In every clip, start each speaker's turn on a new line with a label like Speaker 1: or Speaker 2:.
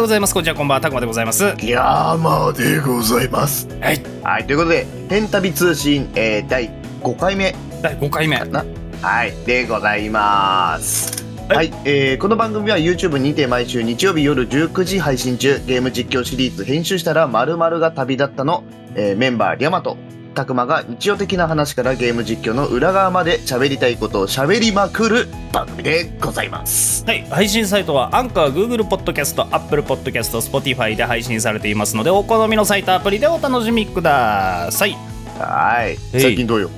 Speaker 1: ございますこんにちはこんばんはたくまでございますは
Speaker 2: 山でございます。
Speaker 1: い
Speaker 2: はい、ということで、ペン旅通信、えー第5回目
Speaker 1: 第5回目
Speaker 2: かなはい、でございます。はい、えーこの番組は YouTube にて毎週日曜日夜19時配信中、ゲーム実況シリーズ編集したら〇〇が旅立ったの、えーメンバー、リャマと、たくまが日常的な話からゲーム実況の裏側まで喋りたいことを喋りまくる番組でございます。
Speaker 1: はい、配信サイトはアンカー、Google ポッドキャスト、Apple ポッドキャスト、Spotify で配信されていますので、お好みのサイトアプリでお楽しみください。
Speaker 2: はい、
Speaker 1: えい
Speaker 2: 最近どうよ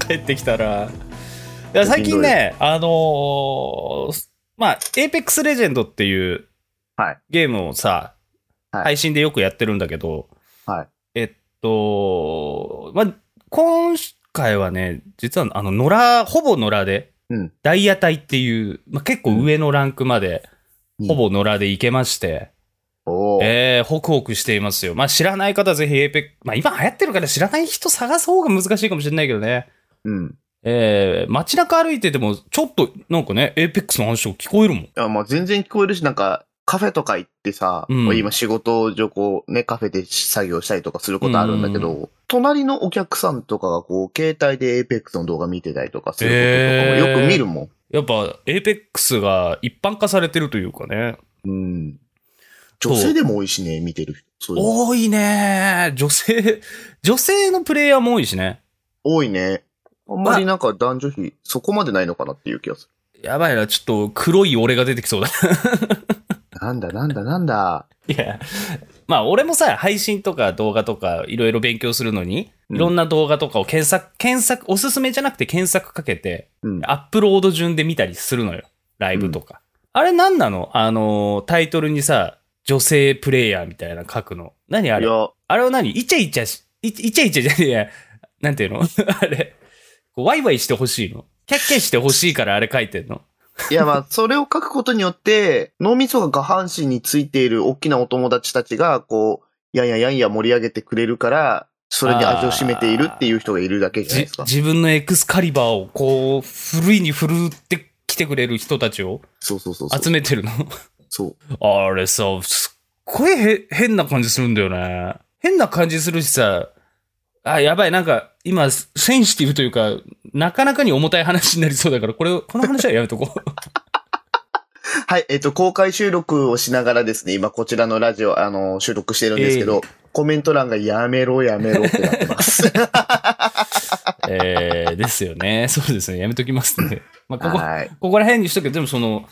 Speaker 1: 帰ってきたら。いや最近ね、あのーまあ、Apex Legend っていう
Speaker 2: はい
Speaker 1: ゲームをさ、
Speaker 2: はい
Speaker 1: 配信でよくやってるんだけど、
Speaker 2: はい
Speaker 1: えっと、まあ、今回はね、実はあの、野良、ほぼ野良で、
Speaker 2: うん
Speaker 1: ダイヤ隊っていう、まあ、結構上のランクまで、
Speaker 2: うん
Speaker 1: ほぼ野良で行けまして、
Speaker 2: おー
Speaker 1: えー、ホクホクしていますよ。まあ、知らない方はぜひ Apex、まあ、今流行ってるから知らない人探す方が難しいかもしれないけどね。
Speaker 2: うん。
Speaker 1: えー、街中歩いてても、ちょっと、なんかね、エイペックスの話が聞こえるもん。
Speaker 2: あもう全然聞こえるし、なんか、カフェとか行ってさ、
Speaker 1: うん
Speaker 2: もう今仕事上こうね、カフェで作業したりとかすることあるんだけど、隣のお客さんとかがこう、携帯でエイペックスの動画見てたりとかすることとかもよく見るもん。
Speaker 1: やっぱ、エイペックスが一般化されてるというかね。
Speaker 2: うん。
Speaker 1: そう
Speaker 2: 女性でも多いしね、見てる人。そういうの
Speaker 1: 多いね女性、 女性のプレイヤーも多いしね。
Speaker 2: 多いね。あんまりなんか男女比、そこまでないのかなっていう気がす
Speaker 1: やばいな、ちょっと黒い俺が出てきそうだ。
Speaker 2: る。なんだなんだなんだ。
Speaker 1: いや、まあ俺もさ、配信とか動画とかいろいろ勉強するのに、
Speaker 2: うん
Speaker 1: いろんな動画とかを検索、検索、おすすめじゃなくて検索かけて、
Speaker 2: うん。
Speaker 1: アップロード順で見たりするのよ。ライブとか。あれなんなのあのー、タイトルにさ、女性プレイヤーみたいなの書くの。何あ
Speaker 2: い
Speaker 1: れ
Speaker 2: や、
Speaker 1: あれは何イチャイチャし、イチイチャイチャじゃねえや。 なんていうのあれ。こうワイワイしてほしいの。キャッキャしてほしいからあれ書いてんの。
Speaker 2: いやまあ、それを書くことによって、脳みそが下半身についている大きなお友達たちが、こう、やんややんや盛り上げてくれるから、それに味を占めているっていう人がいるだけじゃない
Speaker 1: じ
Speaker 2: ですか。
Speaker 1: 自分のエクスカリバーをこう、ふるいにふるってきてくれる人たちを
Speaker 2: そうそうそう
Speaker 1: 集
Speaker 2: そう。
Speaker 1: めてるの。
Speaker 2: そう。
Speaker 1: あれさ、すっごいへ変な感じするんだよね。変な感じするしさ、あ、やばい、なんか、今、センシティブというか、なかなかに重たい話になりそうだから、これを、この話はやめとこ う。
Speaker 2: はい、えっと、公開収録をしながらですね、今こちらのラジオ、あの、収録してるんですけど、コメント欄がやめろやめろってなってます。
Speaker 1: えー、ですよね。そうですね。やめときますね。まあ、こ こ、
Speaker 2: はい。
Speaker 1: ここら辺にしとくけど、でもその、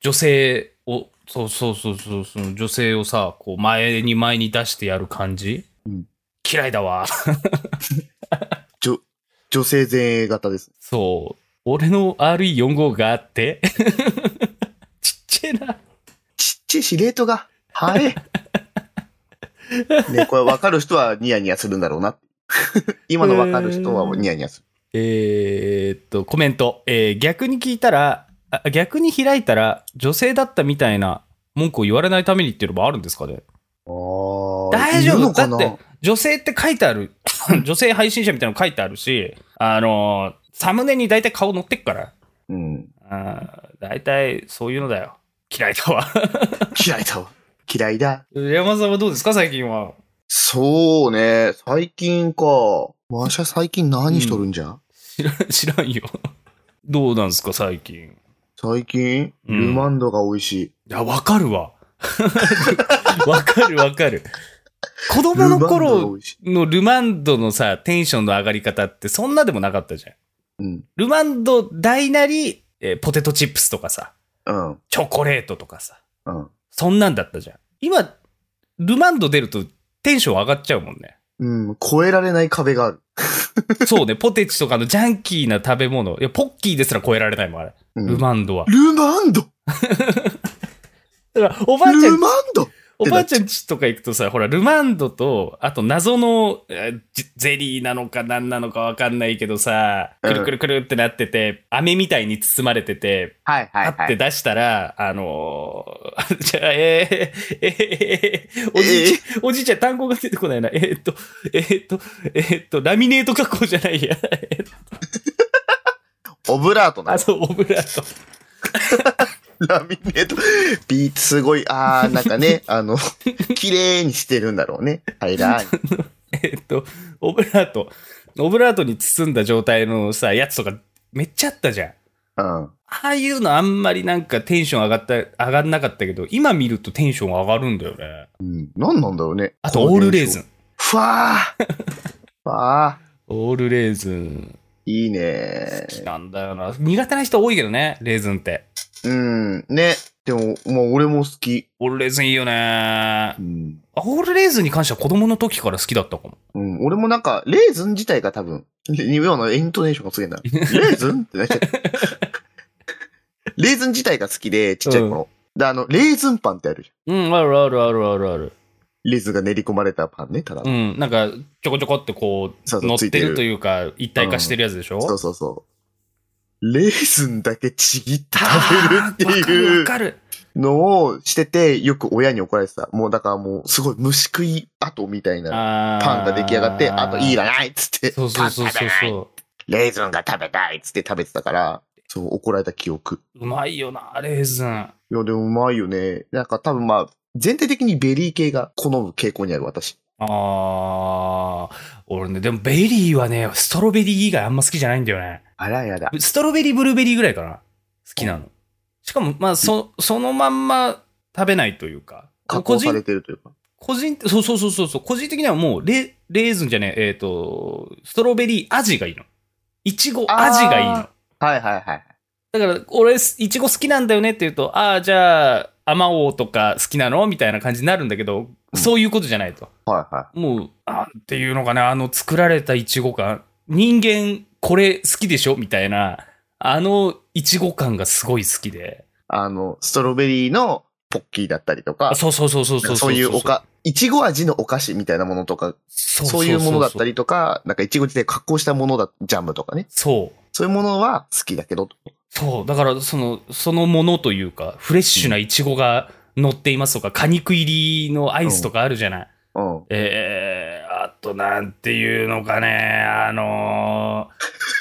Speaker 1: 女性を、そうそうそうそう、その女性をさ、こう、前に前に出してやる感じ、
Speaker 2: うん
Speaker 1: 嫌いだわ。
Speaker 2: 女、女性前衛型です。
Speaker 1: そう。俺の RE45 があって、 ちっちゃいな。
Speaker 2: ちっちゃいし、レートが、はい。ね、これ分かる人はニヤニヤするんだろうな。今の分かる人はニヤニヤする。
Speaker 1: えーっと、コメント。えー逆に聞いたら、あ逆に開いたら、女性だったみたいな文句を言われないためにっていうのもあるんですかね大丈
Speaker 2: いる
Speaker 1: 夫
Speaker 2: の
Speaker 1: だ
Speaker 2: か
Speaker 1: っ
Speaker 2: な
Speaker 1: て、女性って書いてあ る、女性配信者みたいなの書いてあるし、あのーサムネに大体顔乗ってっから、
Speaker 2: うん。
Speaker 1: あー大体そういうのだよ。嫌いだわ。
Speaker 2: 嫌いだわ。嫌いだ。
Speaker 1: 山田さんはどうですか、最近は。
Speaker 2: そうね。最近か。わしゃ最近何しとるんじゃ、
Speaker 1: 知らん、知ら んよ。どうなんですか、最近。
Speaker 2: 最近、
Speaker 1: うん
Speaker 2: ルマンドが美味しい。
Speaker 1: いや、わかるわ。 わかるわ かる。子供の
Speaker 2: ルマンドが
Speaker 1: 頃
Speaker 2: 美味しい。
Speaker 1: のルマンドのさ、テンションの上がり方ってそんなでもなかったじゃん。
Speaker 2: うん。
Speaker 1: ルマンド大なり、えーポテトチップスとかさ、
Speaker 2: うん。
Speaker 1: チョコレートとかさ、
Speaker 2: うん。
Speaker 1: そんなんだったじゃん。今、ルマンド出るとテンション上がっちゃうもんね。
Speaker 2: うん。超えられない壁がある。
Speaker 1: そう ね、ポテチとかのジャンキーな食べ物。いや、ポッキーですら超えられないもん、あれ。
Speaker 2: うん
Speaker 1: ルマンドは。
Speaker 2: ルマンド
Speaker 1: だから、おばあちゃん
Speaker 2: ルマンド
Speaker 1: おばあちゃんちとか行くとさ、ほら、ルマンドと、あと謎のえージゼリーなのか何なのかわかんないけどさ、
Speaker 2: う
Speaker 1: く
Speaker 2: ん
Speaker 1: るくるくるってなってて、飴みたいに包まれてて、
Speaker 2: はいは
Speaker 1: あって。出したら、あのー、 じゃあ、えー、えー、えー、おじいちゃん、おじいちゃん単語が出てこないな。えー、っと、えー、っと、えー、っと、ラミネート加工じゃないや。
Speaker 2: オブラートな
Speaker 1: あ、。そう、オブラート。
Speaker 2: ラミネート。ビーツすごい、あー、なん かね、あの、綺麗にしてるんだろうね。はい、ラー
Speaker 1: えっと、オブラート、オブラートに包んだ状態のさ、やつとかめっちゃあったじゃん。
Speaker 2: うん。
Speaker 1: ああいうのあんまりなんかテンション上がった、上がんなかったけど、今見るとテンション上がるんだよね。
Speaker 2: うん。何なんだろうね。
Speaker 1: あと、オールレーズ
Speaker 2: ン。
Speaker 1: ン。
Speaker 2: ふわー。ふわー。
Speaker 1: オールレーズン。
Speaker 2: いい
Speaker 1: 好
Speaker 2: ね
Speaker 1: きなんだよな。苦手な人多いけどね、レーズンって。
Speaker 2: うん。ね。でも、まあ、俺も好き。
Speaker 1: オールレーズンいいよね。あ
Speaker 2: うん。
Speaker 1: オールレーズンに関しては子供の時から好きだったかも。
Speaker 2: うん。俺もなんか、レーズン自体が多分、今のエントネーションがすげえな。レーズン ってなっちゃった。レーズン自体が好きで、ちっちゃい頃。で、あの、レーズンパンってあるじゃん。
Speaker 1: うん、あるあるあるあるある。
Speaker 2: レーズンが練り込まれたパンね、ただの
Speaker 1: うん、なんか、ちょこちょこってこ
Speaker 2: そう
Speaker 1: う、
Speaker 2: そう
Speaker 1: 乗っ
Speaker 2: つい
Speaker 1: て
Speaker 2: てる
Speaker 1: るというか、一体化してるやつでしょ
Speaker 2: そうそうそう。レーズンだけちぎって食べるってい
Speaker 1: わ
Speaker 2: う
Speaker 1: かる
Speaker 2: のをしてて、よく親に怒られてた。もうだからもう、すごい虫食い後みたいな
Speaker 1: わかる。
Speaker 2: パンが出来上がって、あといい
Speaker 1: な。
Speaker 2: らないっつって、
Speaker 1: そうそうそうそ
Speaker 2: パン
Speaker 1: う
Speaker 2: 食べない
Speaker 1: そ
Speaker 2: レーズンが食べたいっつって食べてたから、そう怒られた記憶。
Speaker 1: う。うまいよな、レーズン。
Speaker 2: いや、でもうまいよね。なんか多分まあ、全体的にベリー系が好む傾向にある私。
Speaker 1: あー、俺ね、でもベリーはね、ストロベリー以外あんま好きじゃないんだよね。
Speaker 2: あらやだ。
Speaker 1: ストロベリー、ブルーベリーぐらいかな。好きなの。しかも、まあ、そ、そのまんま食べないというか。
Speaker 2: 加
Speaker 1: 個
Speaker 2: 工され
Speaker 1: 人、
Speaker 2: てるというか。
Speaker 1: 個人、そうそうそうそうそう、個人的にはもうレ、レーズンじゃねえ、えっ、と、ストロベリー味がいいの。いちご味がいいの。
Speaker 2: あはいはいはい。
Speaker 1: だから、俺、いちご好きなんだよねって言うと、ああ、じゃあ、あまおうとか好きなのみたいな感じになるんだけど、
Speaker 2: うん
Speaker 1: そういうことじゃないと。
Speaker 2: はいは
Speaker 1: もう、あーっていうのかな、あの作られたいちご感、人間これ好きでしょみたいな、あのいちご感がすごい好きで。
Speaker 2: い。あの、ストロベリーのポッキーだったりとか
Speaker 1: あ、そうそうそうそう
Speaker 2: そ
Speaker 1: そうう
Speaker 2: いうおか、いちご味のお菓子みたいなものとか、
Speaker 1: そ
Speaker 2: そういうものだった
Speaker 1: り。
Speaker 2: りとか、なんかいちご自体加工したものだ、ジャムとかね。
Speaker 1: そう。
Speaker 2: そういうものは好きだけど、
Speaker 1: そう、だからその、そのものというか、フレッシュなイチゴが乗っていますとか、果肉入りのアイスとかあるじゃない。
Speaker 2: うん。
Speaker 1: えー、あとなんていうのかね、あの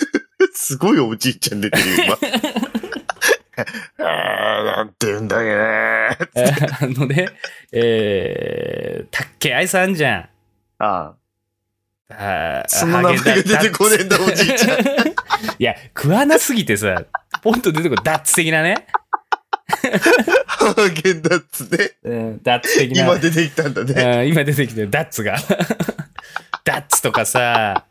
Speaker 2: すごいおじいちゃん出てるよ、今。あーなんて言うんだっけね。
Speaker 1: ー、え ーあのね、えー、たっけあいさんじゃん。
Speaker 2: あ
Speaker 1: あー
Speaker 2: その名前が出てこねえんだおじいちゃん。
Speaker 1: ハーゲンダッツいや、食わなすぎてさ、ポンと出てこる、ダッツ的なね。
Speaker 2: あ、ハーゲンダッツね。
Speaker 1: うん、ダッツ的な。
Speaker 2: 今出てきたんだね。
Speaker 1: うん今出てきてるダッツが ダッツとかさ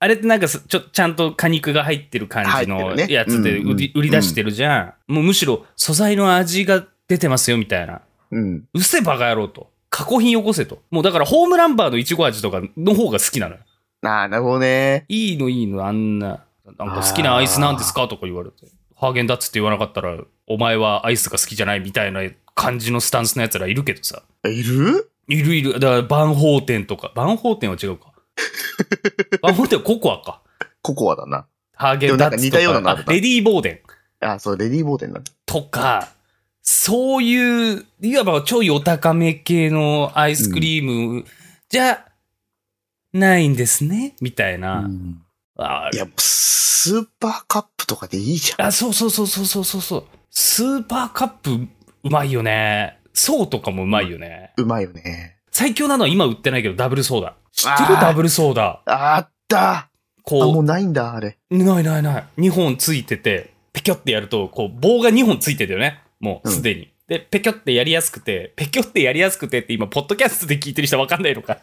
Speaker 1: あれってなんかすちょちゃんと果肉が入ってる感じ
Speaker 2: 入っ
Speaker 1: の
Speaker 2: てるね
Speaker 1: やつで
Speaker 2: うんうん
Speaker 1: 売り,、売り出してるじゃん、もうむしろ素材の味が出てますよみたいな
Speaker 2: うん。
Speaker 1: うせバカ野郎と加工品よこせともうだからホームランバーのいちご味とかの方が好きなのよ
Speaker 2: ああ、なるほどね。
Speaker 1: いいのいいのあんななんか好きなアイスなんですかとか言われてハーゲンダッツって言わなかったらお前はアイスが好きじゃないみたいな感じのスタンスのやつらいるけどさ
Speaker 2: いる
Speaker 1: いるいる。だから、万宝店とか。万宝店は違う か。万宝店はココアか。
Speaker 2: ココアだな。
Speaker 1: ハーゲンダッツと
Speaker 2: でもなんか似たようなのあ
Speaker 1: か。
Speaker 2: る
Speaker 1: あ
Speaker 2: な
Speaker 1: レディー・ボーデン
Speaker 2: あーそう、レディーボーデンなんだ。
Speaker 1: とか、そういう、いわばちょいお高め系のアイスクリームじゃ、ないんですね。みたいな。
Speaker 2: うん
Speaker 1: あ
Speaker 2: いや、スーパーカップとかでいいじゃん。
Speaker 1: あ、そうそうそうそうそうそうそう。スーパーカップ、うまいよね。そうとかもうまいよね。
Speaker 2: うまいよね。
Speaker 1: 最強なのは今売ってないけど、ダブルソーダ。知って
Speaker 2: あ
Speaker 1: る
Speaker 2: ー
Speaker 1: ダブルソーダ。
Speaker 2: あった
Speaker 1: こ
Speaker 2: あ、
Speaker 1: う
Speaker 2: もうないんだ、あれ。
Speaker 1: ないないない。2本ついてて、ペキョってやると、こう、棒が2本ついてたよね。もう、すでに。で、ペキョってやりやすくて、ペキョってやりやすくてって今、ポッドキャストで聞いてる人わかんないの か。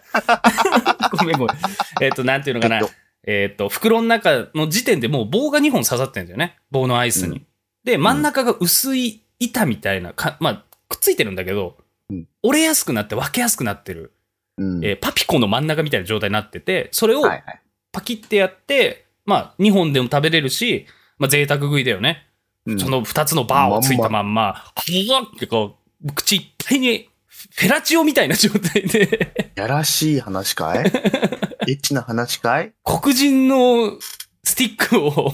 Speaker 1: ごめんごめん。えっ、と、なんていうのかな
Speaker 2: ペキョ。
Speaker 1: えっ、と、袋の中の時点でもう棒が2本刺さってるんだよね。棒のアイスに。
Speaker 2: うん
Speaker 1: で、真ん中が薄い板みたいなか、まあ、くっついてるんだけど、
Speaker 2: うん
Speaker 1: 折れやすくなって分けやすくなってる、
Speaker 2: うん。
Speaker 1: えーパピコの真ん中みたいな状態になってて、それを
Speaker 2: はいはい。
Speaker 1: パキってやって、まあ、2本でも食べれるし、まあ、贅沢食いだよね。
Speaker 2: うん
Speaker 1: その2つのバーをついたまんま、ふわってこう、口いっぱいに、フェラチオみたいな状態で、
Speaker 2: やらしい話 かいエッチな話かい
Speaker 1: 黒人のスティックを、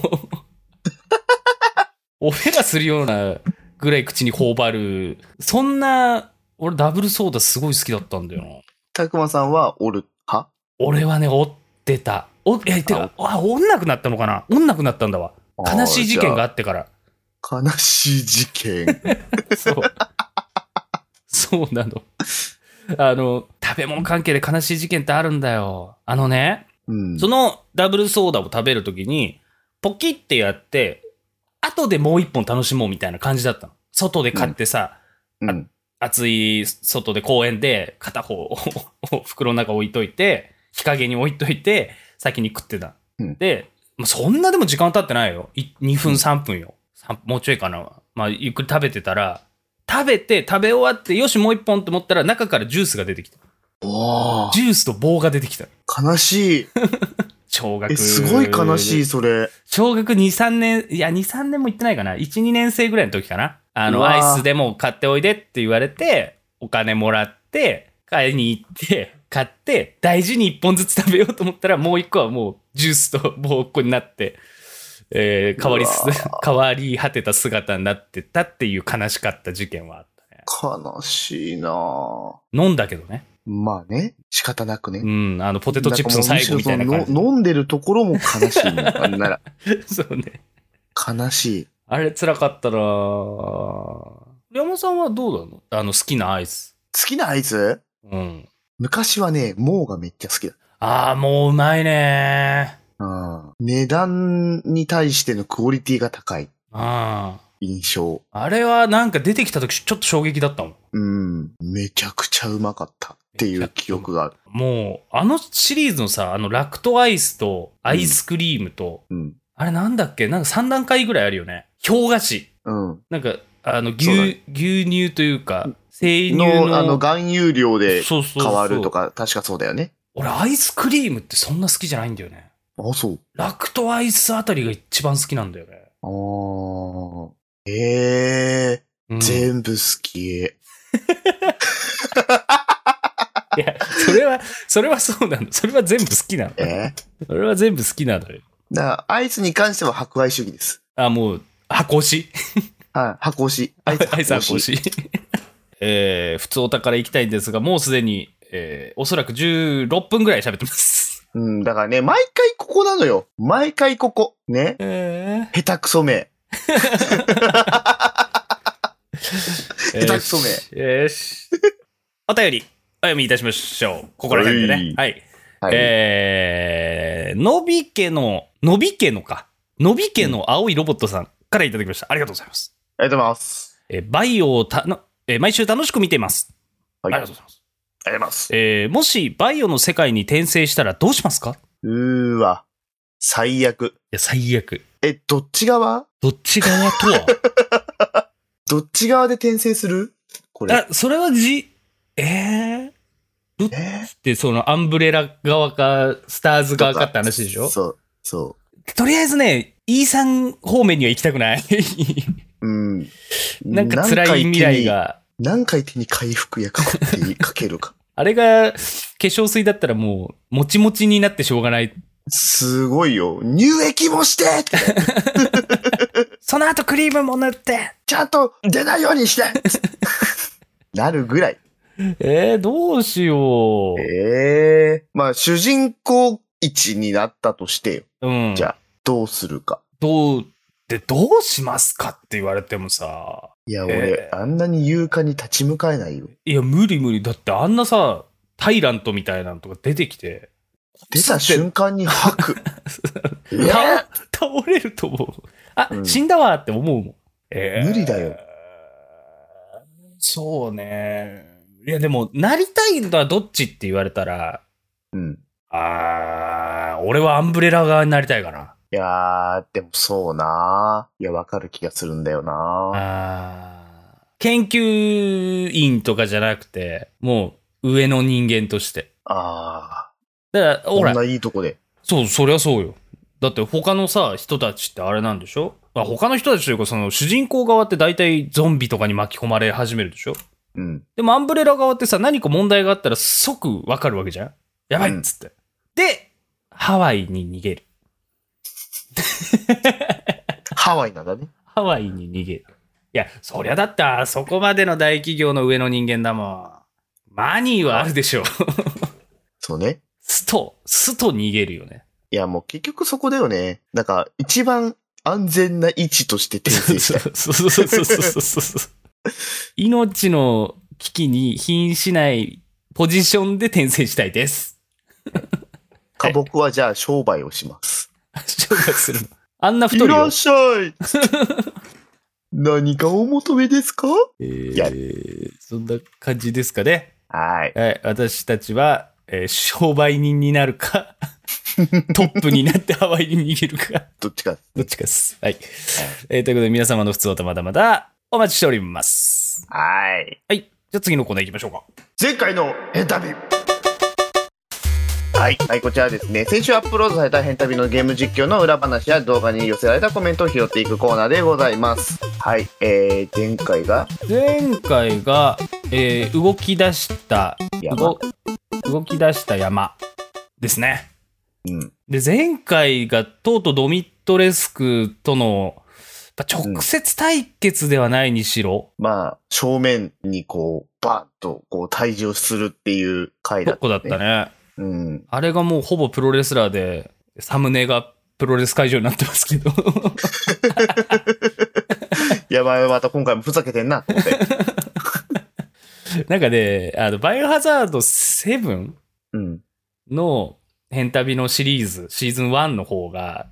Speaker 1: オフェラするようなぐらい口に頬張る、そんな、俺ダブルソーダすごい好きだったんだよな。
Speaker 2: たくまさんはおる派
Speaker 1: 俺はね、追ってた。お、え、てか、あ、おんなくなったのかなおんなくなったんだわ。悲しい事件があってから。
Speaker 2: 悲しい事 件。
Speaker 1: そう。そう なの。あの、食べ物関係で悲しい事件ってあるんだよ。あのね、
Speaker 2: うん。
Speaker 1: そのダブルソーダを食べるときに、ポキってやって、後でもう一本楽しもうみたいな感じだったの。外で買ってさ、
Speaker 2: うん。
Speaker 1: 暑い外で公園で片方を袋の中置いといて、日陰に置いといて、先に食ってた。
Speaker 2: うん
Speaker 1: で、まあ、そんなでも時間経ってないよ。い2分3分よ。さんもうちょいかな。まあ、ゆっくり食べてたら、食べて食べ終わって、よしもう一本と思ったら中からジュースが出てきた。
Speaker 2: おー
Speaker 1: ジュースと棒が出てきた。
Speaker 2: 悲しい。
Speaker 1: 小学
Speaker 2: え、すごい悲しい、それ。
Speaker 1: 小学2、3年、いや、2、3年も行ってないかな。1、2年生ぐらいの時かな。あ
Speaker 2: う
Speaker 1: の、
Speaker 2: わー
Speaker 1: アイスでも買っておいでって言われて、お金もらって、買いに行って、買って、大事に1本ずつ食べようと思ったら、もう1個はもう、ジュースと棒っこになって、えー変わりす
Speaker 2: うわ、
Speaker 1: 変わり果てた姿になってたっていう悲しかった事件はあったね。
Speaker 2: 悲しいなぁ。
Speaker 1: 飲んだけどね。
Speaker 2: まあね、仕方なくね。
Speaker 1: うん、あの、ポテトチップスの最後みたいな感
Speaker 2: んかもうむしろそのの飲んでるところも悲しいね。あんなら。
Speaker 1: じ。 そうね。
Speaker 2: 悲しい。
Speaker 1: あれ、辛かったなぁ山本さんはどうなのあの、好きなアイス。
Speaker 2: 好きなアイス
Speaker 1: うん。
Speaker 2: 昔はね、モーがめっちゃ好きだ。
Speaker 1: ああ、もううまいね
Speaker 2: うん。値段に対してのクオリティが高い
Speaker 1: ー。あ
Speaker 2: 印象。
Speaker 1: あ。あれはなんか出てきた時ちょっと衝撃だったもん。
Speaker 2: うん。めちゃくちゃうまかったっていう記憶がある。
Speaker 1: もう、あのシリーズのさ、あの、ラクトアイスとアイスクリームと、
Speaker 2: うん。
Speaker 1: あれなんだっけなんか3段階ぐらいあるよね。氷菓子。
Speaker 2: うん。
Speaker 1: なんか、あの、
Speaker 2: そうだ
Speaker 1: 牛、牛乳というか、生乳の。
Speaker 2: の、あの、含有量で
Speaker 1: そうそうそう
Speaker 2: 変わると。か、確かそうだよね。
Speaker 1: 俺、アイスクリームってそんな好きじゃないんだよね。
Speaker 2: あ、そう。
Speaker 1: ラクトアイスあたりが一番好きなんだよね。
Speaker 2: ああ。ええ
Speaker 1: うん
Speaker 2: 全部好き。
Speaker 1: いや、それは、それはそうなの。それは全部好きなの。
Speaker 2: え
Speaker 1: それは全部好きなのよ。
Speaker 2: だからアイスに関しては博愛主義です。
Speaker 1: あ、もう、箱押し。
Speaker 2: はい。箱押し。アイス
Speaker 1: アイス箱
Speaker 2: 箱
Speaker 1: 押
Speaker 2: 押し。
Speaker 1: し。 えー、普通お宝行きたいんですが、もうすでに、えー、おそらく16分ぐらい喋って ます。
Speaker 2: うん。だからね、毎回ここなのよ。毎回ここ。ね。
Speaker 1: え
Speaker 2: 下手くそめ。
Speaker 1: ー、
Speaker 2: 下手くそめ
Speaker 1: よし。よしお便り、お読みいたしましょう。ここら辺でね。はい。
Speaker 2: はい。
Speaker 1: えー、のび家の、のび家のか。のび家の青いロボットさんからいただきました。ありがとうございます。
Speaker 2: ありがとうございます。
Speaker 1: えーバイオをたの、えー毎週楽しく見ています。
Speaker 2: はい。
Speaker 1: あ
Speaker 2: あ
Speaker 1: り
Speaker 2: り
Speaker 1: が
Speaker 2: が
Speaker 1: と
Speaker 2: と
Speaker 1: うございます。
Speaker 2: うございます。
Speaker 1: えーもしバイオの世界に転生したらどうしますかいう
Speaker 2: ーわ。最悪。
Speaker 1: や、最悪。
Speaker 2: え、どっち側
Speaker 1: どっち側とは
Speaker 2: どっち側で転生するこ れ。
Speaker 1: あ、それはじ、えー、
Speaker 2: え
Speaker 1: で、そのアンブレラ側か、スターズ側かって話でしょ
Speaker 2: そう。そ
Speaker 1: とりあえずね、E さん方面には行きたくない
Speaker 2: う。うん。
Speaker 1: なんか辛い未来。が。
Speaker 2: 何回手に回復薬かって言いかけるか。
Speaker 1: あれが、化粧水だったらもう、もちもちになってしょうがない。
Speaker 2: すごいよ。乳液もしてって
Speaker 1: その後クリームも塗って
Speaker 2: ちゃんと出ないようにして なるぐらい。
Speaker 1: えー、どうしよう。
Speaker 2: ええまあ、主人公一になったとしてよ。
Speaker 1: うん。
Speaker 2: じゃあ、どうするか。
Speaker 1: どう、で、どうしますかって言われてもさ、
Speaker 2: いや、
Speaker 1: え
Speaker 2: 俺、あんなに勇敢に立ち向かえないよ。
Speaker 1: いや、無理無理。だってあんなさ、タイラントみたいなのとか出てきて、
Speaker 2: 出た瞬間に吐 く。え
Speaker 1: 倒
Speaker 2: ー、
Speaker 1: 倒れると思う。あ、
Speaker 2: うん
Speaker 1: 死んだわって思うもん。え
Speaker 2: 無理だよ。
Speaker 1: そうね。いや、でも、なりたいのはどっちって言われたら、
Speaker 2: うん。
Speaker 1: あー、俺はアンブレラ側になりたいかな。
Speaker 2: いやー、でもそうなー。いや、わかる気がするんだよな
Speaker 1: あー研究員とかじゃなくて、もう上の人間として。
Speaker 2: ー。あ
Speaker 1: だから、
Speaker 2: ー。
Speaker 1: ほ
Speaker 2: こ
Speaker 1: ら
Speaker 2: ん、ないいとこで。
Speaker 1: そう、そりゃそうよ。だって他のさ、人たちってあれなんでしょまあ他の人たちというか、その主人公側って大体ゾンビとかに巻き込まれ始めるでしょ
Speaker 2: うん。
Speaker 1: でもアンブレラ側ってさ、何か問題があったら即わかるわけじゃんやばい
Speaker 2: うん
Speaker 1: っつって。で、ハワイに逃げる。
Speaker 2: ハワイなんだね。
Speaker 1: ハワイに逃げる。いや、そりゃだってあそこまでの大企業の上の人間だもん。マニーはあるでしょ。
Speaker 2: そうね。
Speaker 1: スト、スト逃げるよね。
Speaker 2: いや、もう結局そこだよね。なんか、一番安全な位置として転生したい。
Speaker 1: そうそうそうそうそうそうそう。命の危機に瀕しないポジションで転生したいです。
Speaker 2: か僕はじゃあ商売をします。
Speaker 1: 紹介するの。あんない太り
Speaker 2: ら
Speaker 1: を
Speaker 2: っ。しゃ い何かお求めですか
Speaker 1: え
Speaker 2: や
Speaker 1: ー、そんな感じですかね。
Speaker 2: はい。
Speaker 1: はい、私たちは、えー商売人になる か、トップになってハワイに逃げるか、
Speaker 2: どっちか。
Speaker 1: どっちかです。はい。えーということで皆様の普通とまだまだお待ちしております。
Speaker 2: はい。
Speaker 1: はい。じゃあ次のコーナー行きましょうか。
Speaker 2: 前回の変旅はい、はい、こちらですね先週アップロードされた変旅のゲーム実況の裏話や動画に寄せられたコメントを拾っていくコーナーでございますはいえー、前回が
Speaker 1: 前回が、えー動き出した
Speaker 2: 山
Speaker 1: 動動き出した山ですね。
Speaker 2: うん
Speaker 1: で前回がとうとうドミットレスクとのやっぱ直接対決ではないにしろ、
Speaker 2: まあ正面にこうバーンとこう退場するっていう回だ
Speaker 1: 結構だったね。
Speaker 2: うん
Speaker 1: あれがもうほぼプロレスラーで、サムネがプロレス会場になってますけど。
Speaker 2: やばいまた今回もふざけてんなと思って
Speaker 1: なんかね、あの、バイオハザード7
Speaker 2: うん
Speaker 1: の変旅のシリーズ、シーズン1の方が、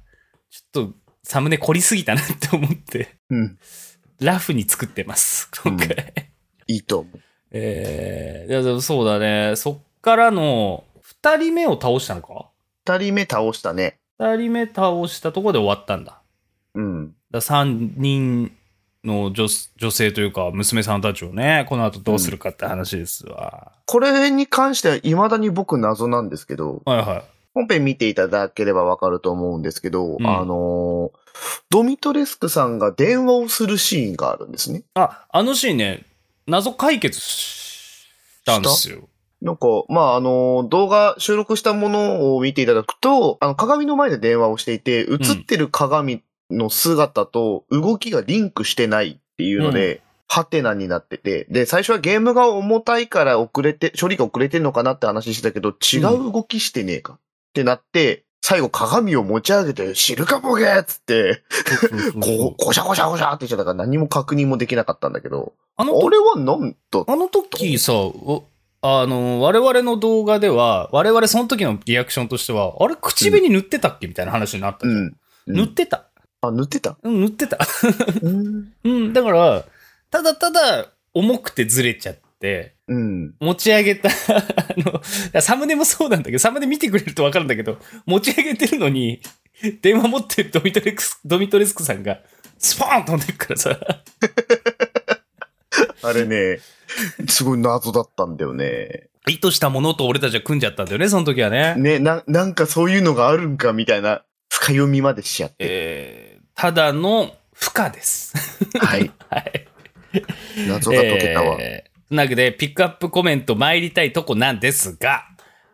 Speaker 1: ちょっとサムネ凝りすぎたなって思って、
Speaker 2: うん
Speaker 1: ラフに作ってます、今回。
Speaker 2: ういいと思う
Speaker 1: えー、いやでもそうだね、そっからの、二人目を倒したのか
Speaker 2: 二人目倒したね
Speaker 1: 二人目倒したところで終わったんだ。
Speaker 2: うん
Speaker 1: だ3人の女女性というか娘さんたちをねこの後どうするかって話ですわ、
Speaker 2: これに関しては未だに僕謎なんですけど、
Speaker 1: はいはい
Speaker 2: 本編見ていただければわかると思うんですけど、
Speaker 1: うん
Speaker 2: あのー、ドミトレスクさんが電話をするシーンがあるんですね。
Speaker 1: ああのシーンね謎解決したんですよ
Speaker 2: なんか、まあ、あのー、動画収録したものを見ていただくと、あの、鏡の前で電話をしていて、映ってる鏡の姿と動きがリンクしてないっていうので、ハテナになってて、で、最初はゲームが重たいから遅れて、処理が遅れてるのかなって話してたけど、違う動きしてねえかってなって、最後鏡を持ち上げて、知るかボケーっつって、こう、こしゃこしゃこしゃって言っちゃったから何も確認もできなかったんだけど、
Speaker 1: あ
Speaker 2: あ
Speaker 1: の
Speaker 2: れはなんと、
Speaker 1: あの時さおあの我々の動画では我々その時のリアクションとしてはあれ口紅塗ってたっけみたいな話になった
Speaker 2: う
Speaker 1: じゃん、
Speaker 2: ん。うん
Speaker 1: 塗ってた
Speaker 2: あ、塗ってた
Speaker 1: うん塗ってた
Speaker 2: うん。
Speaker 1: うんだからただただ重くてずれちゃって
Speaker 2: うん。
Speaker 1: 持ち上げた、あ の、サムネもそうなんだけど、サムネ見てくれるとわかるんだけど、持ち上げてるのに、電話持ってるドミトレクス、ドミトレスクさんが、スポーン飛んでるからさ、
Speaker 2: あれね、すごい謎だったんだよね。
Speaker 1: 意図したものと俺たちは組んじゃったんだよね、その時はね。
Speaker 2: ね、な、なんかそういうのがあるんかみたいな深読みまでしちゃって。
Speaker 1: えー、ただの負荷です。
Speaker 2: はい。
Speaker 1: はい。
Speaker 2: 謎が解けたわ。
Speaker 1: えーそんなわけで、ピックアップコメント参りたいとこなんですが、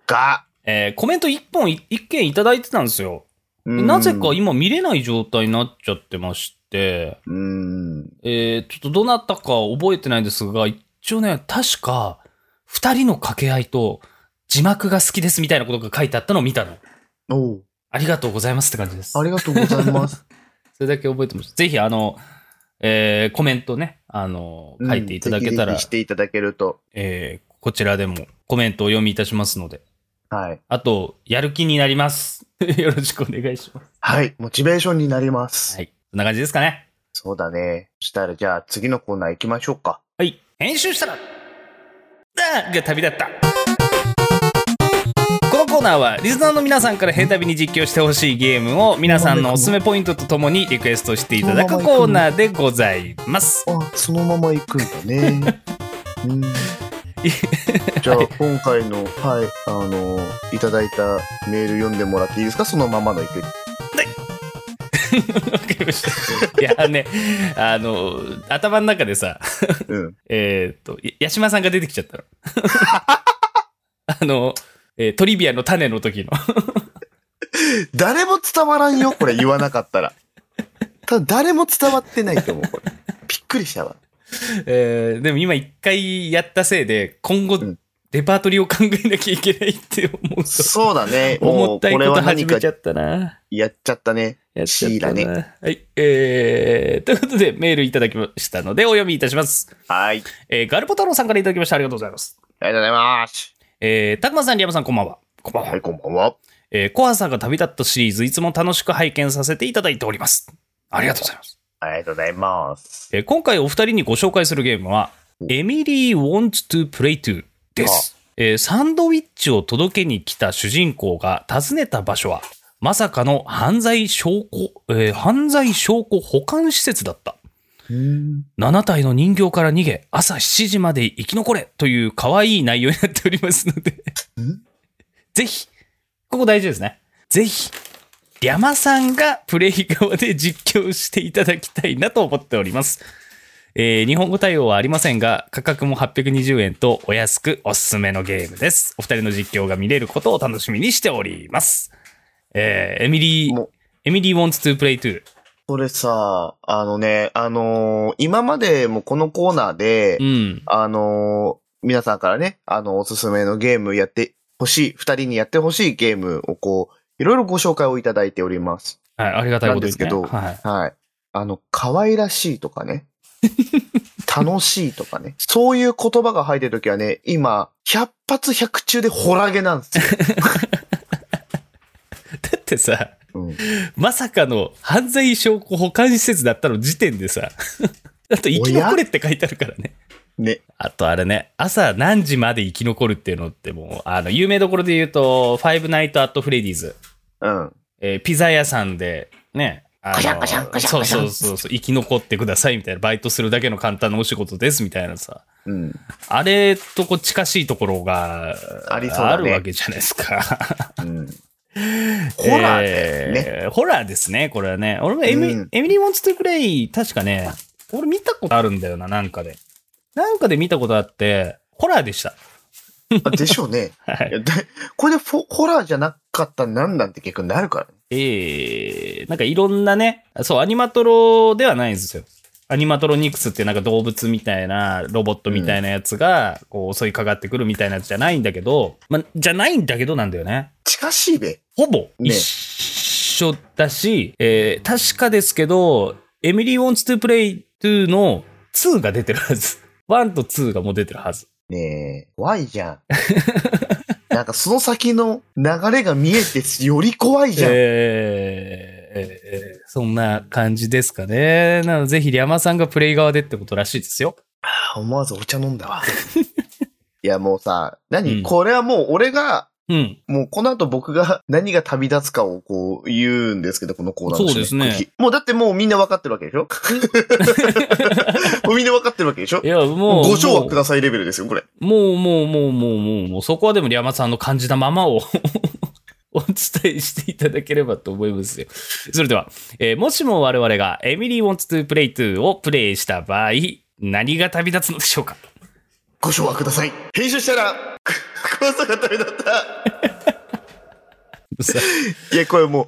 Speaker 2: が、
Speaker 1: えーコメント1本い、1件いただいてたんですよ。
Speaker 2: うん
Speaker 1: なぜか今見れない状態になっちゃってまして、
Speaker 2: うん。
Speaker 1: えーちょっとどなたか覚えてないんですが、一応ね、確か、二人の掛け合いと、字幕が好きですみたいなことが書いてあったのを見たの。
Speaker 2: おう
Speaker 1: ありがとうございますって感じです。
Speaker 2: ありがとうございます。
Speaker 1: それだけ覚えてます。ぜひ、あの、えーコメントね、あの、書いていただけたら、
Speaker 2: うんぜひぜひしていただけると。
Speaker 1: えーこちらでもコメントをお読みいたしますので。
Speaker 2: はい。
Speaker 1: あと、やる気になります。 よろしくお願いします。
Speaker 2: はい。モチベーションになります。
Speaker 1: はい。そんな感じですかね。
Speaker 2: そうだね。そしたらじゃあ次のコーナー行きましょうか。
Speaker 1: はい。編集したら、だーが旅立った。このコーナーはリスナーの皆さんから平旅に実況してほしいゲームを皆さんのおすすめポイントとともにリクエストしていただくコーナーでございます。
Speaker 2: あ、そのまま行くんだ ね。うん。じゃあ、今回の、はい、あの、いただいたメール読んでもらっていいですかそのままの勢いで。
Speaker 1: わかりましたいやね、あの、頭の中でさ、
Speaker 2: うん。
Speaker 1: えーっと、や八島さんが出てきちゃったの。 あの、えートリビアの種の時の。
Speaker 2: 誰も伝わらんよ、これ言わなかったら。ただ、誰も伝わってないと思う、これ。びっくりしたわ。
Speaker 1: えーでも今一回やったせいで、今後
Speaker 2: うん、
Speaker 1: レパートリーを考えなきゃいけないって思うと、
Speaker 2: そうだね。も
Speaker 1: 思っ
Speaker 2: う、こ
Speaker 1: たいこ
Speaker 2: れ
Speaker 1: と
Speaker 2: は何
Speaker 1: 始
Speaker 2: か
Speaker 1: めちゃったな。
Speaker 2: やっちゃったね。
Speaker 1: やっちゃったな
Speaker 2: シーラ
Speaker 1: はい。えー、ということで、メールいただきましたので、お読みいたします。
Speaker 2: はい。あり
Speaker 1: えー、ガルポ太郎さんからいただきました。ありがとうございます。
Speaker 2: がとうございます。
Speaker 1: えー、たくまさん、りやまさん、こんばんは。こんばん
Speaker 2: は。い、こんばんは。
Speaker 1: えー、コハさんが旅立ったシリーズ、いつも楽しく拝見させていただいております。ありがとうございます。
Speaker 2: ありがとうございます。
Speaker 1: えー今回お二人にご紹介するゲームは、エミリー・ウォンツ・トゥ・プレイ・トゥです。えーサンドウィッチを届けに来た主人公が訪ねた場所は、まさかの犯罪証拠、えー犯罪証拠保管施設だった。7体の人形から逃げ、朝7時まで生き残れという可愛い内容になっておりますので、ぜひ、ここ大事ですね。ぜひ、リャマさんがプレイ側で実況していただきたいなと思っております。えー日本語対応はありませんが、価格も820円とお安くおすすめのゲームです。お二人の実況が見れることを楽しみにしております。えーエミリー
Speaker 2: も、
Speaker 1: エミリー wants to play too.
Speaker 2: これさ、あのね、あのー今までもこのコーナーで、
Speaker 1: うん。
Speaker 2: あのー皆さんからね、あの、おすすめのゲームやってほしい、二人にやってほしいゲームをこう、いろいろご紹介をいただいております。
Speaker 1: はい、ありがたいことです、ね、
Speaker 2: なんですけど
Speaker 1: はい。
Speaker 2: はい。あの、可愛らしいとかね。楽しいとかね。そういう言葉が入ってるときはね、今、百発百中でホラゲなんですよ。
Speaker 1: だってさ、
Speaker 2: うん
Speaker 1: まさかの犯罪証拠保管施設だったの時点で さ、あと生き残れって書いてあるからね。
Speaker 2: ね。
Speaker 1: あとあれね、朝何時まで生き残るっていうのってもう、あの、有名どころで言うと、ファイブナイトアットフレディーズ、
Speaker 2: うん。
Speaker 1: えーピザ屋さんで、ね、あの
Speaker 2: ガシャンガシャンガシャン
Speaker 1: そう
Speaker 2: ガシャン
Speaker 1: そうそうそう、生き残ってくださいみたいな、バイトするだけの簡単なお仕事ですみたいなさ、
Speaker 2: うん。
Speaker 1: あれとこう近しいところが
Speaker 2: ありそうだね
Speaker 1: るわけじゃないですか。
Speaker 2: うん。 ホラーだよね。
Speaker 1: えーホラーですね、これはね。俺もエミ,、
Speaker 2: うん
Speaker 1: エミリー・モンツ・トゥ・プレイ、確かね、俺見たことあるんだよな、なんかで。なんかで見たことあって、ホラーでした。
Speaker 2: あでしょうね。
Speaker 1: はい
Speaker 2: いやでこれでフォホラーじゃなかったらなんなんて結局なるからね。
Speaker 1: えー、なんかいろんなね、そう、アニマトロではないんですよ。アニマトロニクスってなんか動物みたいな、ロボットみたいなやつが、こう襲いかかってくるみたいなやつじゃないんだけど、ま、じゃないんだけどなんだよね。
Speaker 2: 近しいべ。
Speaker 1: ほぼ
Speaker 2: ね
Speaker 1: 一緒だし、えー確かですけど、エミリー・ウォンツ・トゥ・プレイ2の2が出てるはず。1と2がもう出てるはず。
Speaker 2: ねえ、怖いじ ゃん。なんかその先の流れが見えてより怖いじゃん。
Speaker 1: えーえーそんな感じですかね。なので、ぜひ、リャマさんがプレイ側でってことらしいですよ。
Speaker 2: あ思わずお茶飲んだ わ。いやもうさ、何、
Speaker 1: うん
Speaker 2: これはもう俺が、
Speaker 1: うん。
Speaker 2: もうこの後僕が 何が旅立つかをこう言うんですけど、このコーナーの締め
Speaker 1: そうですね
Speaker 2: くくりもうだってもうみんな分かってるわけで しょもうみんな分かってるわけでしょ
Speaker 1: いや、もう。
Speaker 2: ご賞はくださいレベルですよ、これ。
Speaker 1: もう、もう、もう、もう、もう、もう、そこはでも、リャマさんの感じたままを。お伝えしていただければと思いますよ。それでは、えーもしも我々がエミリー・ウォンツ・トゥ・プレイ2をプレイした場合、何が旅立つのでしょうか
Speaker 2: ご賞はください。編集したら、怖さが旅立った。いや、これもう、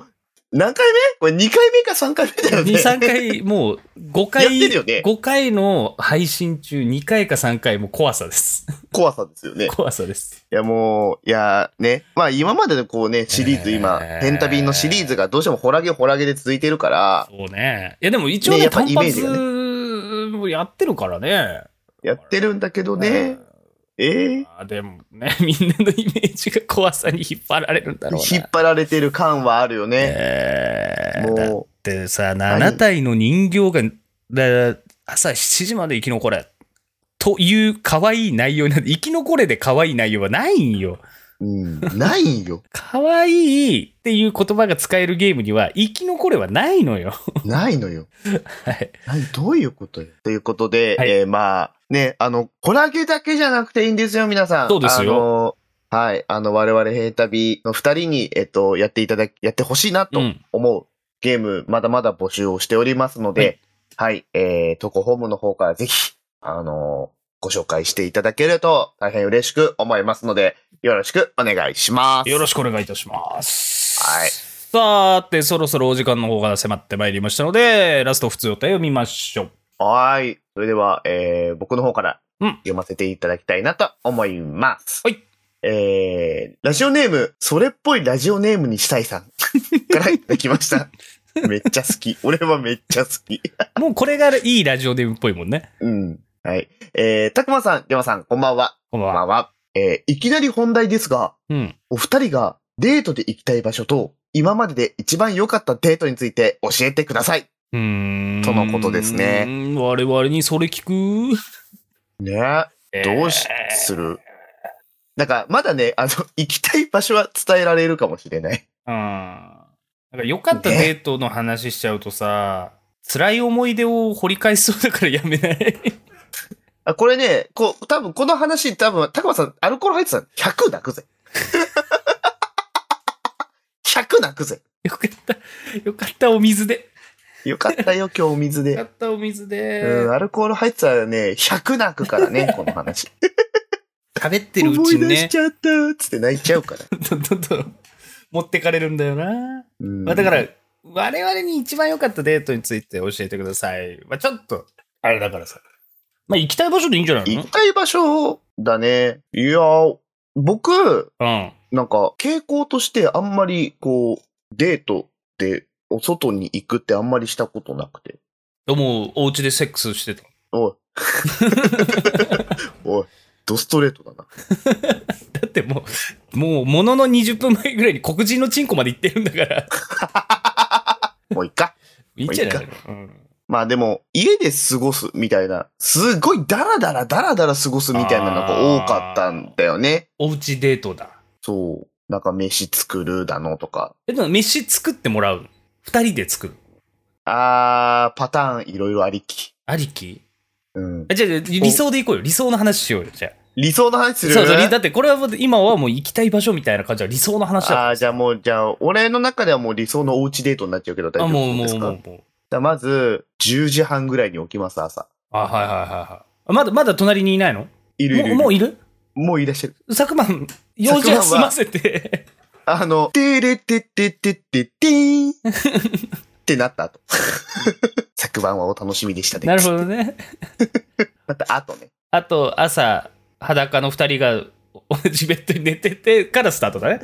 Speaker 2: 何回目これ2回目か3回目だよね。
Speaker 1: 2、3回、もう5
Speaker 2: やっ
Speaker 1: 回、
Speaker 2: てるよね
Speaker 1: 5回の配信中2回か3回も怖さです。
Speaker 2: 怖さですよね。い
Speaker 1: 怖さです。
Speaker 2: や、もう、いや、ね。まあ、今までのこうね、シリーズ、今、
Speaker 1: えー
Speaker 2: ペンタビンのシリーズがどうしてもホラゲホラゲで続いてるから、
Speaker 1: そうね。いやでも一応ね、
Speaker 2: ねやっぱ
Speaker 1: 単
Speaker 2: イメージ
Speaker 1: 発
Speaker 2: がね
Speaker 1: もやってるからね。
Speaker 2: やってるんだけどね。えー
Speaker 1: あでもね、 みんなのイメージが怖さに引っ張られるんだろうな。
Speaker 2: 引っ張られてる感はあるよね。
Speaker 1: えーだっ
Speaker 2: も
Speaker 1: てさ、7体の人形が、だ朝7時まで生き残れ。という可愛い内容なんで、生き残れで可愛い内容はないんよ。
Speaker 2: う、うん、ないんよ。
Speaker 1: 可愛いっていう言葉が使えるゲームには、生き残れはないのよ。
Speaker 2: ないのよ。
Speaker 1: はい。
Speaker 2: 何どういうことよ。ということで、
Speaker 1: はい
Speaker 2: えーまあ、ね、あの、コラゲだけじゃなくていいんですよ、皆さん。
Speaker 1: そうですよ
Speaker 2: あのはい。あの、我々ヘイタビの二人に、えっと、やっていただき、やってほしいなと
Speaker 1: うん
Speaker 2: 思うゲーム、まだまだ募集をしておりますので、はい、えー、投稿ホームの方からぜひ、あのご紹介していただけると大変嬉しく思いますので、よろしくお願いします。
Speaker 1: よろ
Speaker 2: し
Speaker 1: しくお願いいたします。
Speaker 2: はい
Speaker 1: さて、そろそろお時間の方が迫ってまいりましたので、ラスト普通お便りを見ましょう。
Speaker 2: く。はい。それでは、えー、僕の方から
Speaker 1: うん
Speaker 2: 読ませていただきたいなと思います。
Speaker 1: はい。
Speaker 2: えー、ラジオネーム、それっぽいラジオネームにしたいさんからいただきました。めっちゃ好き。俺はめっちゃ好き。
Speaker 1: もうこれがいいラジオデブっぽいもんね。
Speaker 2: うん。はい。えー、たくまさん、りょうまさん、こんばんは。
Speaker 1: こん
Speaker 2: こ
Speaker 1: ばん
Speaker 2: んば
Speaker 1: は。
Speaker 2: んは。えー、いきなり本題ですが、
Speaker 1: うん。
Speaker 2: お二人がデートで行きたい場所と、今までで一番良かったデートについて教えてください。
Speaker 1: うーん。
Speaker 2: とのことですね
Speaker 1: うーん。我々にそれ聞く。
Speaker 2: ね どうし、するなんか、まだね、あの、行きたい場所は伝えられるかもしれない。
Speaker 1: うん。なんか良かったデートの話しちゃうとさ、辛い思い出を掘り返しそうだからやめない。
Speaker 2: あ、これね、こう、多分この話、多分、高間さん、アルコール入ってたら100泣くぜ。100泣くぜ。
Speaker 1: よかった。よかったお水で。
Speaker 2: よかったよ、今日お水
Speaker 1: よか
Speaker 2: で。
Speaker 1: ったお水
Speaker 2: う
Speaker 1: で
Speaker 2: ん、。アルコール入ってたらね、100泣くか らね、この話。
Speaker 1: 喋ってるうちに
Speaker 2: 思い出し
Speaker 1: ね、
Speaker 2: ちゃった、つって泣いちゃうから。
Speaker 1: どんどんどん持ってかれるんだよな。
Speaker 2: うん
Speaker 1: まあ、だから、我々に一番良かったデートについて教えてください。まあ、ちょっと、あれだからさ。まあ、行きたい場所でいいんじゃない
Speaker 2: 行
Speaker 1: の
Speaker 2: きたい場所だね。いやー、僕、
Speaker 1: うん。
Speaker 2: なんか、傾向としてあんまり、こう、デートで、お外に行くってあんまりしたことなくて。
Speaker 1: でも、お家でセックスしてた。
Speaker 2: おい。おい、ドストレートだな。
Speaker 1: だってもう、もう、ものの20分前ぐらいに黒人のチンコまで行ってるんだから。
Speaker 2: もういっか。
Speaker 1: いいんじゃないのうん。
Speaker 2: まあでも、家で過ごすみたいな、すごいダラダラダラダラ過ごすみたいなのが多かったんだよね。
Speaker 1: おうちデートだ。
Speaker 2: そう。なんか飯作るだのとか。
Speaker 1: え、でも、飯作ってもらうの二人で作る。
Speaker 2: あー、パターンいろいろありき。
Speaker 1: ありき
Speaker 2: うん。
Speaker 1: あ、じゃあ、じゃあ理想で行こうよ。理想の話しようよ、じゃあ。
Speaker 2: 理想の話する
Speaker 1: そうそうりだってこれはもう今はもう行きたい場所みたいな感じは理想の話だから
Speaker 2: ああー、じゃあもう、じゃあ、俺の中ではもう理想のおうちデートになっちゃうけど大丈
Speaker 1: あ、もう
Speaker 2: 夫
Speaker 1: も
Speaker 2: で
Speaker 1: う
Speaker 2: すか
Speaker 1: もう
Speaker 2: じ
Speaker 1: もう。
Speaker 2: ゃあまず、10時半ぐらいに起きます、朝。
Speaker 1: あ、はいはいはいはいあ。まだ、まだ隣にいないの
Speaker 2: いるいる
Speaker 1: も
Speaker 2: いる
Speaker 1: うもういる
Speaker 2: もういらっしゃる。
Speaker 1: 昨晩、用事は済ま せて。
Speaker 2: あの、てれてってってってて ーんってなった後。 昨晩はお楽しみでしたね。
Speaker 1: なるほどね。
Speaker 2: また後ね。
Speaker 1: あと、朝、裸の二人が 同じベッドに寝ててからスタートだね。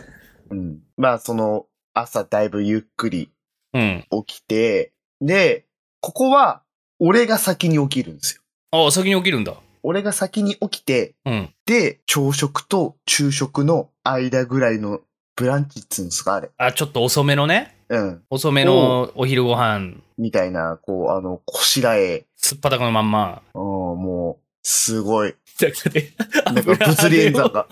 Speaker 2: うん。まあ、その、朝だいぶゆっくり
Speaker 1: うん。
Speaker 2: 起きて、で、ここは、俺が先に起きるんですよ。
Speaker 1: あ、先に起きるんだ。
Speaker 2: 俺が先に起きて、
Speaker 1: うん。
Speaker 2: で、朝食と昼食の間ぐらいのブランチっつうんですか、あれ。
Speaker 1: あ、ちょっと遅めのね。
Speaker 2: うん。
Speaker 1: 遅めのお昼ご飯、
Speaker 2: みたいな、こう、あの、こしらえ。
Speaker 1: すっぱだかのまんま。
Speaker 2: うん、もう、すご い。
Speaker 1: だからね
Speaker 2: なんか物理演算が。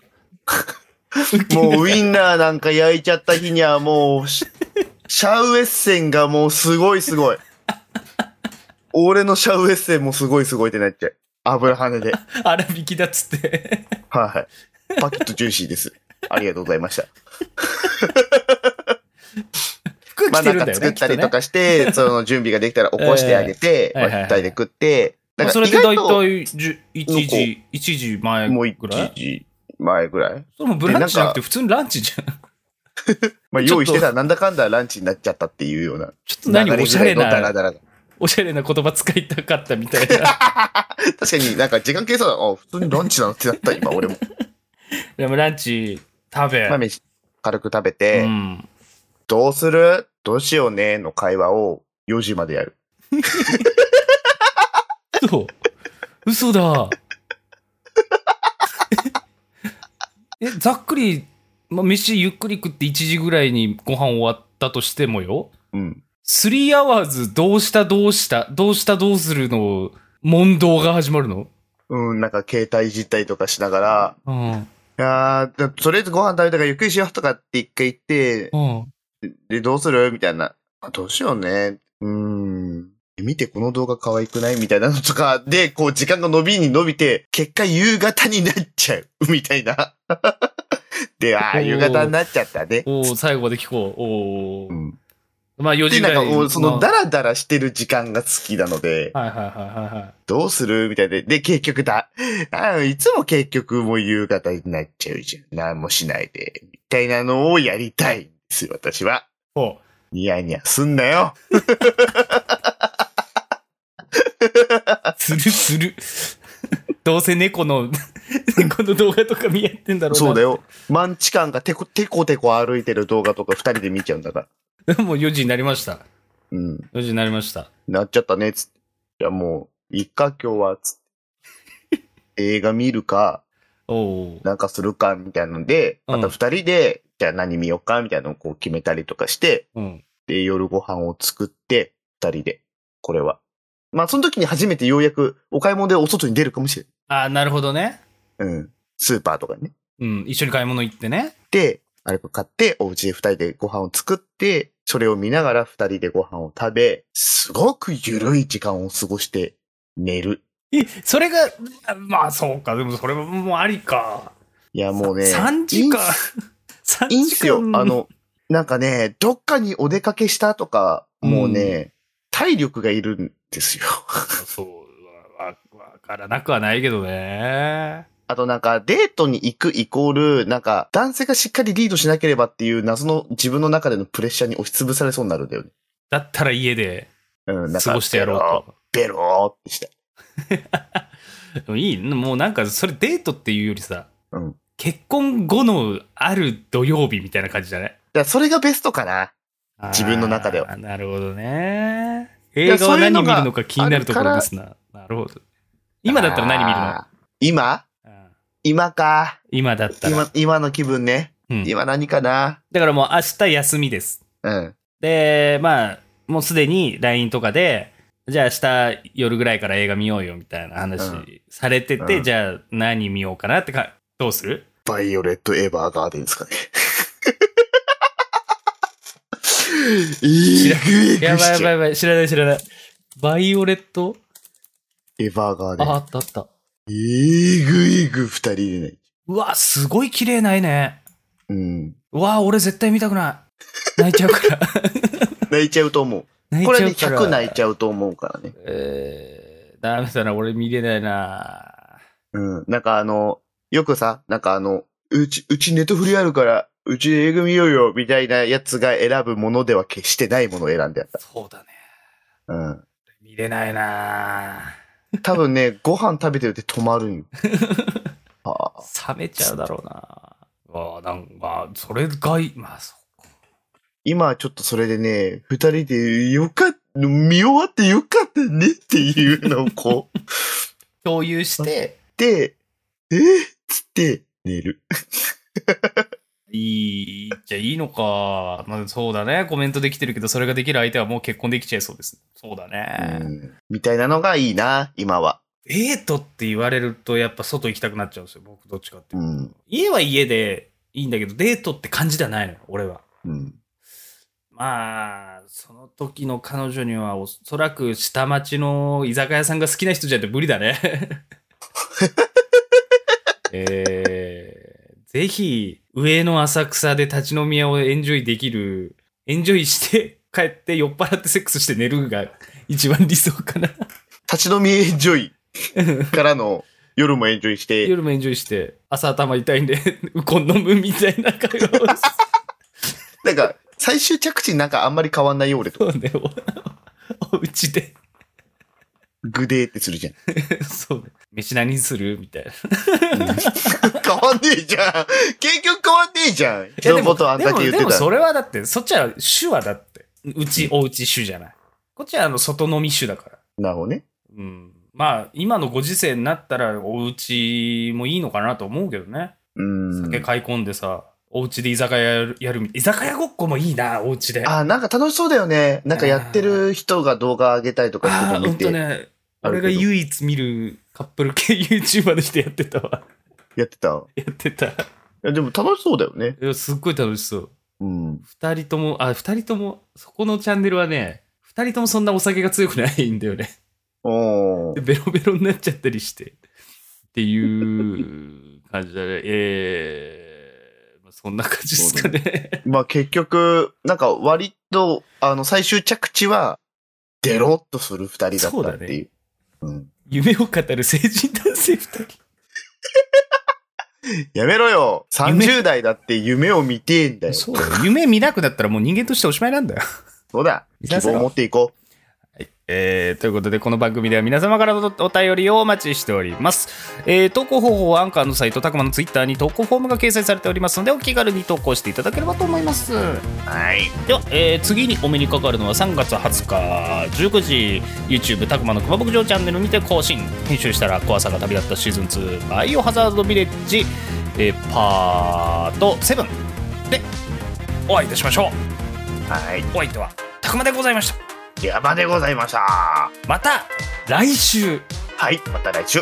Speaker 1: も
Speaker 2: もうウインナーなんか焼いちゃった日にはもう、シシャウエッセンがもうすごいすごい。俺のシャウエッセンもすごいすごいってなっちゃう。油跳ねで。は
Speaker 1: う、粗引きだっつって。
Speaker 2: いはい。パキッとジューシーです。ありがとうござい ました。
Speaker 1: 服
Speaker 2: まあ
Speaker 1: 着て
Speaker 2: な
Speaker 1: る
Speaker 2: ん
Speaker 1: ん
Speaker 2: か
Speaker 1: だよ
Speaker 2: 作
Speaker 1: ね。
Speaker 2: っ
Speaker 1: きったと
Speaker 2: りと
Speaker 1: ね
Speaker 2: かして、 その準備ができたら起こしてあげて、
Speaker 1: ええはいはい
Speaker 2: ま
Speaker 1: は
Speaker 2: あ
Speaker 1: い
Speaker 2: 二人で食って、なん
Speaker 1: そ
Speaker 2: か
Speaker 1: れ
Speaker 2: 意
Speaker 1: って大
Speaker 2: 外と
Speaker 1: 体じゅ1時、1時前
Speaker 2: もう一
Speaker 1: ぐらい
Speaker 2: 時前ぐらい。
Speaker 1: それもブランチじゃなくて普通にランチじゃん。
Speaker 2: まあ
Speaker 1: ちょっと
Speaker 2: 用意してたらなんだかんだランチになっちゃったっていうような。
Speaker 1: ちょっと何
Speaker 2: 流れ
Speaker 1: お
Speaker 2: ぐ
Speaker 1: しゃ
Speaker 2: らい
Speaker 1: れ
Speaker 2: のダラ
Speaker 1: な、
Speaker 2: ダラが
Speaker 1: おしゃれな言葉使いたかったみたいな。
Speaker 2: 確かになんか時間計算、あ、普通にランチなのって なった、今俺も。
Speaker 1: でもランチ食べ。
Speaker 2: まあ、飯軽く食べ
Speaker 1: う
Speaker 2: て、
Speaker 1: ん。
Speaker 2: どうするどうしようねの会話を4時までやる。
Speaker 1: 嘘。嘘だ。え、ざっくり、まあ、飯ゆっくり食って1時ぐらいにご飯終わったとしてもよ。
Speaker 2: うん。
Speaker 1: 3アワーズどうしたどうした、どうしたどうするの問答が始まるの
Speaker 2: うん、なんか携帯いじったりとかしなが
Speaker 1: うん。
Speaker 2: ら、あーだとりあえずご飯食べたからゆっくりしようとかって一回言って、
Speaker 1: うん。
Speaker 2: で、どうするみたいな。あ、どうしようね。うーん。見て、この動画可愛くないみたいなのとかで、こう、時間が伸びに伸びて、結果夕方になっちゃう。みたいな。 で、あ
Speaker 1: お
Speaker 2: あ、
Speaker 1: ー
Speaker 2: 夕方になっちゃったね。
Speaker 1: おー最後まで聞こう。おー
Speaker 2: うん。
Speaker 1: まあ4
Speaker 2: で、
Speaker 1: 時ぐ
Speaker 2: なん
Speaker 1: ら
Speaker 2: か
Speaker 1: い
Speaker 2: もうその
Speaker 1: ま
Speaker 2: ダラダラしてる時間が好きなので、
Speaker 1: あはいはいはいはいはい。
Speaker 2: どうするみたいで。で、結局だ。あいつも結局もう夕方になっちゃうじゃん。何もしないで。みたいなのをやりたいんですよ、私は。
Speaker 1: ほ
Speaker 2: ニヤニヤすんなよ。
Speaker 1: う。するする。 どうせ猫の、猫の動画とか見やってんだろうな。
Speaker 2: そう だよ。マンチカンがテコテコテコ歩いてる動画とか二人で見ちゃうんだから。
Speaker 1: もう4時になりました。
Speaker 2: うん。
Speaker 1: 4時になりました。
Speaker 2: なっちゃったね、つって。じゃあもう、いっか、今日は、つって。映画見るか、
Speaker 1: おう
Speaker 2: なんかするか、みたいなので、
Speaker 1: うん
Speaker 2: また二人で、じゃあ何見ようか、みたいなのをこう決めたりとかして、
Speaker 1: うん。
Speaker 2: で、夜ご飯を作って、二人で、これは。まあ、その時に初めてようやく、お買い物でお外に出るかもしれ
Speaker 1: ああ、なるほどね。
Speaker 2: ない。うん。スーパーとかにね。
Speaker 1: うん。一緒に買い物行ってね。
Speaker 2: で、あれを買って、お家で二人でご飯を作って、それを見ながら二人でご飯を食べ、すごくゆるい時間を過ごして、寝る。
Speaker 1: え、それが、あまあそうか、でもそれももうありか。
Speaker 2: いや、もうね。
Speaker 1: 3時間
Speaker 2: いいんす。
Speaker 1: 3
Speaker 2: いいんすよ。あ、の、なんかね、どっかにお出かけしたとか、もうね、体力がいるんですよ。
Speaker 1: そう、わ、わわからなくはないけどね。
Speaker 2: あとなんか、デートに行くイコール、なんか、男性がしっかりリードしなければっていう謎の自分の中でのプレッシャーに押しつぶされそうになるんだよね。
Speaker 1: だったら家で
Speaker 2: うん、なんか
Speaker 1: 過ごしてやろう
Speaker 2: ベローベローってした。
Speaker 1: と。でもいい、もうなんかそれデートっていうよりさ、
Speaker 2: うん
Speaker 1: 結婚後のある土曜日みたいな感じだね。
Speaker 2: だからそれがベストかな。自分の中では
Speaker 1: あーなるほどね。
Speaker 2: や
Speaker 1: 映画は
Speaker 2: そういう
Speaker 1: 何
Speaker 2: の
Speaker 1: 見
Speaker 2: が
Speaker 1: るのか気になるところですな。なるほど。今だったら何見るの
Speaker 2: あー今
Speaker 1: うん
Speaker 2: 今か。
Speaker 1: 今だったら
Speaker 2: 今。、今の気分ね。
Speaker 1: うん
Speaker 2: 今何かな。
Speaker 1: だからもう明日休みです。
Speaker 2: うん。
Speaker 1: で、まあ、もうすでに LINE とかで、じゃあ明日夜ぐらいから映画見ようよみたいな話
Speaker 2: うん
Speaker 1: されてて、
Speaker 2: うん
Speaker 1: じゃあ何見ようかなってか、どうする
Speaker 2: バイオレット・エヴァーガーデンですかね。 いいグイ
Speaker 1: や
Speaker 2: グイ
Speaker 1: ばい
Speaker 2: し
Speaker 1: や
Speaker 2: ち
Speaker 1: ばい
Speaker 2: ゃ
Speaker 1: や
Speaker 2: う
Speaker 1: ばい、知らない知らない。バイオレット
Speaker 2: エヴァーガーデ
Speaker 1: あ、あ
Speaker 2: ン。
Speaker 1: ったあった。
Speaker 2: いいグイグイ二人でね。
Speaker 1: うわ、すごい綺麗ないね。
Speaker 2: うん。
Speaker 1: うわ、俺絶対見たくない。泣いちゃうから。
Speaker 2: 泣いちゃうと思う。
Speaker 1: 泣い
Speaker 2: こ
Speaker 1: ち
Speaker 2: れ
Speaker 1: ゃ
Speaker 2: ね、
Speaker 1: うから。
Speaker 2: 100泣いちゃうと思うからね。
Speaker 1: えー、ダメだな、俺見れないな。
Speaker 2: うん。なんかあの、よくさ、なんかあの、うち、うちネットフリあるから、うち映画見ようよ、みたいなやつが選ぶものでは決してないものを選んであっ
Speaker 1: そうだね。
Speaker 2: た。うん。
Speaker 1: 見れないな。
Speaker 2: 多分ね、ご飯食べてるって止ま るんよ。はあ、
Speaker 1: 冷めちゃうだろうな。あなんか、それがい、まあ、そ
Speaker 2: 今はちょっとそれでね、二人でよかった、見終わってよかったねっていうのをこう、
Speaker 1: 共有して、
Speaker 2: で、えっつって寝る。
Speaker 1: いい、じゃいいのか。まあ、そうだね。コメントできてるけど、それができる相手はもう結婚できちゃいそうです。そうだね。
Speaker 2: うんみたいなのがいいな、今は。
Speaker 1: デートって言われると、やっぱ外行きたくなっちゃうんですよ。僕、どっちかっていう
Speaker 2: う
Speaker 1: と。
Speaker 2: ん。
Speaker 1: 家は家でいいんだけど、デートって感じではないのよ、俺は。
Speaker 2: うん。
Speaker 1: まあ、その時の彼女にはおそらく下町の居酒屋さんが好きな人じゃないと無理だ ね。えーぜひ、上の浅草で立ち飲み屋をエンジョイできる、エンジョイして帰って酔っ払ってセックスして寝るが一番理想かな。
Speaker 2: 立ち飲みエンジョイからの夜もエンジョイし て、
Speaker 1: 夜もエンジョイして、朝頭痛いんで、 ウコン飲むみたいな会話をし
Speaker 2: なんか、最終着地なんかあんまり変わんないよ、俺と。
Speaker 1: そうね、 おお家で。
Speaker 2: グデーってするじゃん。
Speaker 1: そうね。 飯何するみたいな。
Speaker 2: 変わんねえじゃん結局変わんねえじゃん
Speaker 1: いや
Speaker 2: 人のことあんだけ言
Speaker 1: でも
Speaker 2: っ
Speaker 1: で
Speaker 2: て
Speaker 1: も
Speaker 2: た
Speaker 1: それはだって、そっちは主はだって。うち、おうち主じゃない。こっちはあの外飲み主だから。
Speaker 2: なるほどね。
Speaker 1: うん。まあ、今のご時世になったら、おうちもいいのかなと思うけどね。
Speaker 2: うん
Speaker 1: 酒。買い込んでさ、おうちで居酒屋やるやるみ居酒屋ごっこもいいな、おうちで。
Speaker 2: あ、なんか楽しそうだよね。なんかやってる人が動画上げたりとかして
Speaker 1: あー、
Speaker 2: るの
Speaker 1: ほ
Speaker 2: 見
Speaker 1: んと
Speaker 2: て
Speaker 1: ね。
Speaker 2: あ
Speaker 1: 俺
Speaker 2: るけど
Speaker 1: が唯一見るカップル系 YouTuber の人やってたわ。
Speaker 2: やってた。い
Speaker 1: やってた。い
Speaker 2: やでも楽しそうだよね。
Speaker 1: やすっごい楽しそう。
Speaker 2: うん。
Speaker 1: 二人とも、あ、二人とも、そこのチャンネルはね、二人ともそんなお酒が強くないんだよね。
Speaker 2: お
Speaker 1: で
Speaker 2: ー
Speaker 1: ベロベロになっちゃったりしてっていう感じだね。えーまあ、そんな感じですかね。
Speaker 2: まあ結局、なんか割と、あの、最終着地は、デロッとする二人だったっていう。うん。
Speaker 1: 夢を語る成人男性2人。
Speaker 2: やめろよ !30 代だって夢を見てえんだよ。
Speaker 1: そうだよ。夢見なくなったらもう人間としておしまいなんだよ。
Speaker 2: そうだ。
Speaker 1: い
Speaker 2: 希
Speaker 1: させろ
Speaker 2: 望を持っていこう。
Speaker 1: えーということで、この番組では皆様からのお便りをお待ちしております。えー投稿方法はアンカーのサイト、たくまのツイッターに投稿フォームが掲載されておりますので、お気軽に投稿していただければと思います。
Speaker 2: はい。
Speaker 1: では、えー次にお目にかかるのは3月20日19時 YouTube たくまの熊牧場チャンネルにて更新編集したら怖さが旅立ったシーズン2バイオハザードビレッジ、えーパート7でお会いいたしましょ
Speaker 2: は
Speaker 1: うお相手はたくまでございました
Speaker 2: い。山でございました。は
Speaker 1: また来週
Speaker 2: い。また来週。